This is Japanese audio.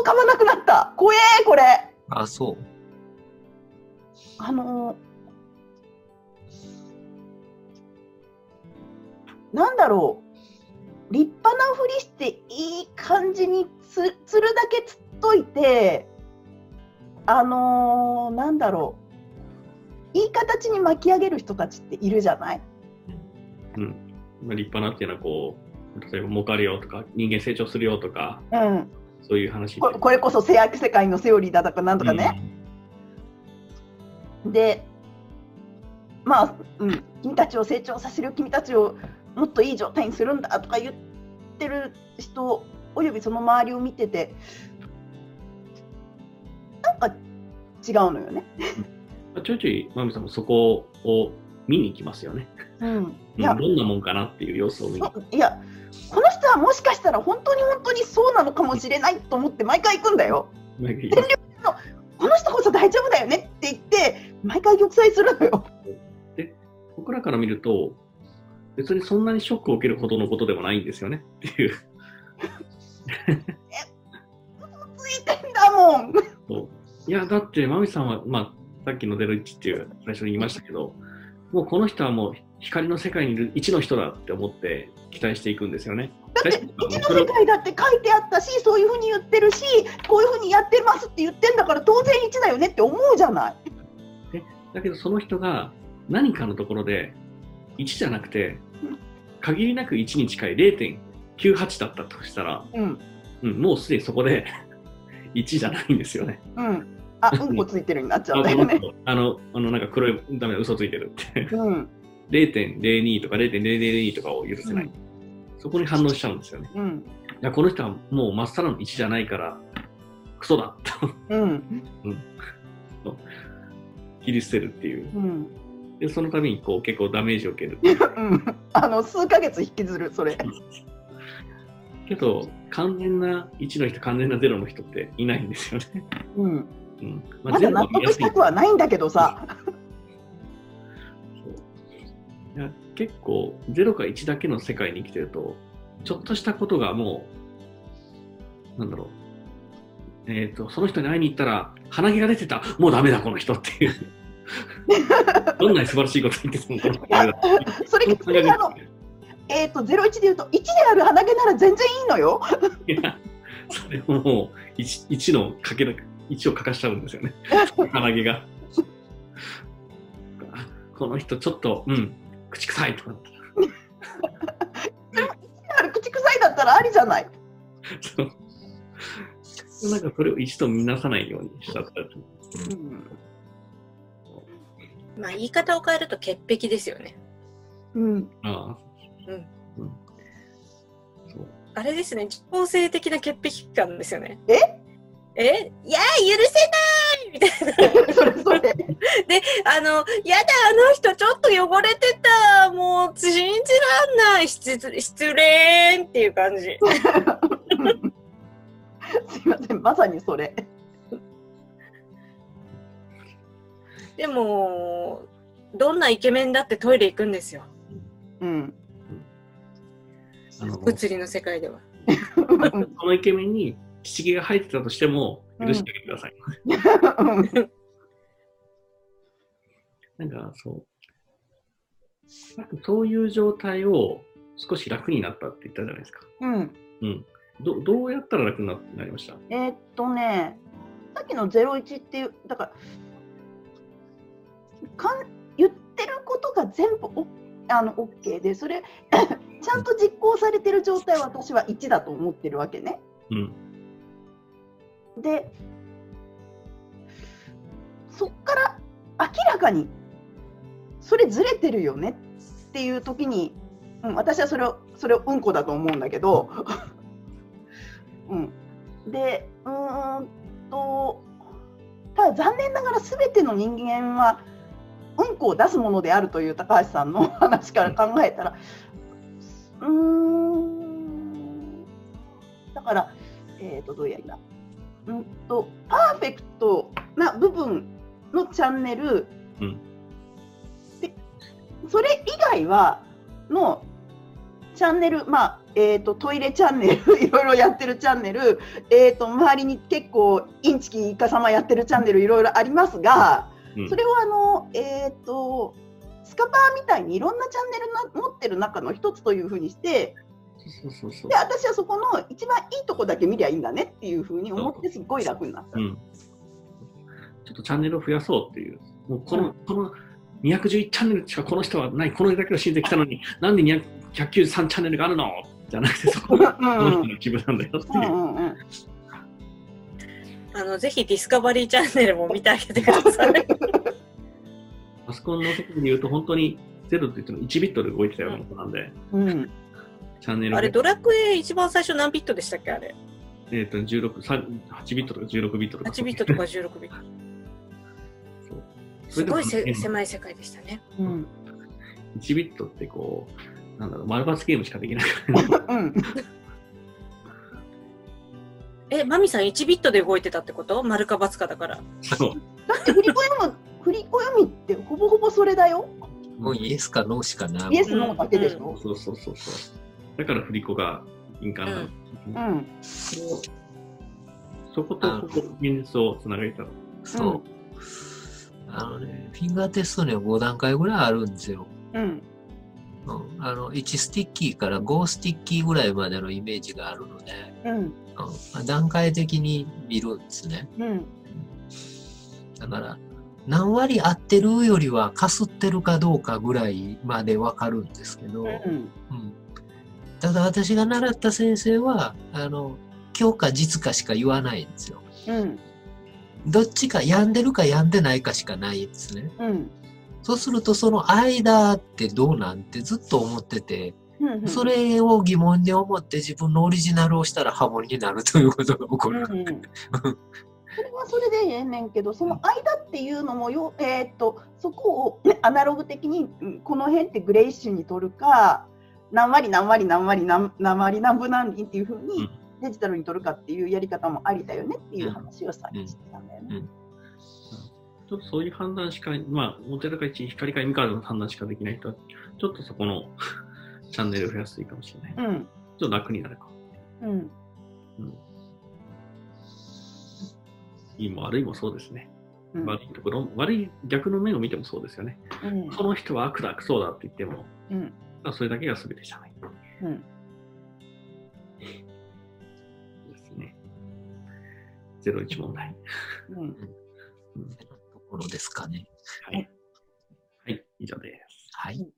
を噛まなくなった怖えーこれあ、そう。あのーなんだろう立派なふりしていい感じにつ釣るだけ釣っといてあのーなんだろういい形に巻き上げる人たちっているじゃないまあ、立派なっていうのはこう、例えば儲かるよとか、人間成長するよとか、うん、そういう話でここれこそ性悪世界のセオリーだとかなんとかね、でまあ、うん、君たちを成長させる君たちをもっといい状態にするんだとか言ってる人およびその周りを見ててなんか違うのよね。うんまあ、ちょいちょい、まみさんもそこを見に行きますよね。うん、ういんやどんなもんかなっていう様子を見に。そいやこの人はもしかしたら本当に本当にそうなのかもしれないと思って毎回行くんだよ。毎回行きますこの人こそ大丈夫だよねって言って毎回玉砕するのよ。 僕らから見ると、別にそんなにショックを受けるほどのことでもないんですよねっていう。ついてんだもん。そういや、だって、まみさんは、まあ、さっきの01っていう最初に言いましたけど、もうこの人はもう光の世界にいる一の人だって思って期待していくんですよね。だって、うちの世界だって書いてあったし、そういうふうに言ってるし、こういうふうにやってますって言ってんだから、当然1だよねって思うじゃない。だけどその人が何かのところで1じゃなくて限りなく1に近い0.98だったとしたら、うん、うん、もうすでにそこで 1じゃないんですよね。うん。 あ、うんこついてるになっちゃうんだあよね。この人あの、あのなんか黒い、ダメだ、嘘ついてるって。うん、 0.02とか0.002とかを許せない。うんそこに反応しちゃうんですよね。うん、いやこの人はもう真っさらの1じゃないから、クソだとうん、切り捨てるっていう。うん、で、そのためにこう結構ダメージを受ける。うん。あの、数ヶ月引きずる、それ。けど、完全な1の人、完全な0の人っていないんですよね。うん。うん。ままだ0納は見や得すしいたくはないんだけどさ。そういや結構、0か1だけの世界に生きてると、ちょっとしたことがもう、なんだろう。えっ、と、その人に会いに行ったら、鼻毛が出てた、もうダメだ、この人って いう。どんなに素晴らしいこと言ってても、この人ダメだ。それ、そんなあ感 の、えっ、と、01で言うと、1である鼻毛なら全然いいのよ。じですいや、それをもう1、1のかけな、一をかかしちゃうんですよね。鼻毛が。あこの人、ちょっと、うん、口臭いとかってあれ口臭いだったらありじゃない。そうなんかそれを1と見なさないようにしたとかうん。まあ言い方を変えると潔癖ですよね。うん。 ああ。あれですね、強制的な潔癖感ですよね。ええいやー許せないみたいな。 それそれ。あの、やだ、あの人ちょっと汚れてた。もう、信じらんない。失失恋っていう感じ。すいません、まさにそれ。でも、どんなイケメンだってトイレ行くんですよ。うん。あの物理の世界では。うんそのイケメンに乳毛が生えてたとしても許してあげてください。なんかそう。なんかそういう状態を少し楽になったって言ったじゃないですか。うん、うん。どどうやったら楽にななりましたえーっとね、さっきの01っていう、だから、かん言ってることが全部おあの OK で、それ、 ちゃんと実行されてる状態は私は1だと思ってるわけね。うん。で、そっから明らかに、それずれてるよねっていう時に、うん、私はそれを、それをうんこだと思うんだけど、 うん、でうーんとただ残念ながら全ての人間はうんこを出すものであるという高橋さんの 話から考えたらうーんだから、えー、とどうやりなうんとパーフェクトな部分のチャンネル、うんでそれ以外はのチャンネルまあえー、とトイレチャンネル いろいろやってるチャンネル、えー、と周りに結構インチキイカ様やってるチャンネルいろいろありますがうんそれをあの、えー、とスカパーみたいにいろんなチャンネルな持ってる中の一つというふうにしてそうそうそうそうで私はそこの一番いいとこだけ見りゃいいんだねっていうふうに思ってすっごい楽になった。うん、ちょっとチャンネルを増やそうっていう、もうこの,、この211チャンネルしかこの人はない、この絵だけの申請来たのに、 なんで200 193チャンネルがあるのじゃなくて、そこがうんこのう人んの気分なんだよってういんう。うんうんあの、ぜひディスカバリーチャンネルも見てあげてくだ さい。パソコンの世界で言うと、本当に0と言っても1ビットで動いてたようなことなんで、うんチャンネルあが、れ、ドラクエ一番最初何ビットでしたっけあれ。えー、と16 3 8ビットとか16ビットとか、 8ビットとか16ビット。そうすごい それでせも狭い世界でしたね。うん1ビットってこう、なんだろう、丸抜ゲームしかできない うんえ、マミさん1ビットで動いてたってこと丸か×かだから。そうだって振り子読む振り子読みってほぼほぼそれだよ。もうイエスかノーしかない。イエスノーだけでしょ。そうそうそうそう。だから振り子が印鑑なうの。んそことそこ現実をつなげたの。そう。あのね、フィンガーテストには5段階ぐらいあるんですよ。うんうん、あの1スティッキーから5スティッキーぐらいまでのイメージがあるので、うんうん、段階的に見るんですね。うんだから、何割合ってるよりはかすってるかどうかぐらいまでわかるんですけど、うんうん、ただ私が習った先生は、あの、今日か実かしか言わないんですよ。うんどっちか病んでるか病んでないかしかないんですね。うんそうするとその間ってどうなんてずっと思ってて、うんそれを疑問に思って自分のオリジナルをしたらハモリになるということが起こうんうる。んそれはそれでええねんけどその間っていうのもよ、えー、とそこを、ね、アナログ的にうんこの辺ってグレイッシュに取るか何割何割何割何何割何分何厘っていうふううにんデジタルに取るかっていうやり方もありだよねっていう話をさっきしてたんだよね。ちょっとそういう判断しか、まあ、モテラか1、光か2からの判断しかできない人は、ちょっとそこの チャンネルを増やすといいかもしれない。ちょうんっと楽になるか。うんいいも悪いもそうですね。うん悪いところ、悪い逆の面を見てもそうですよね。うんこの人は悪だ、クソだって言っても、うんまあそれだけが全てじゃない。うんですね。01問題。うんところですかね。はい。はい、以上です。はい。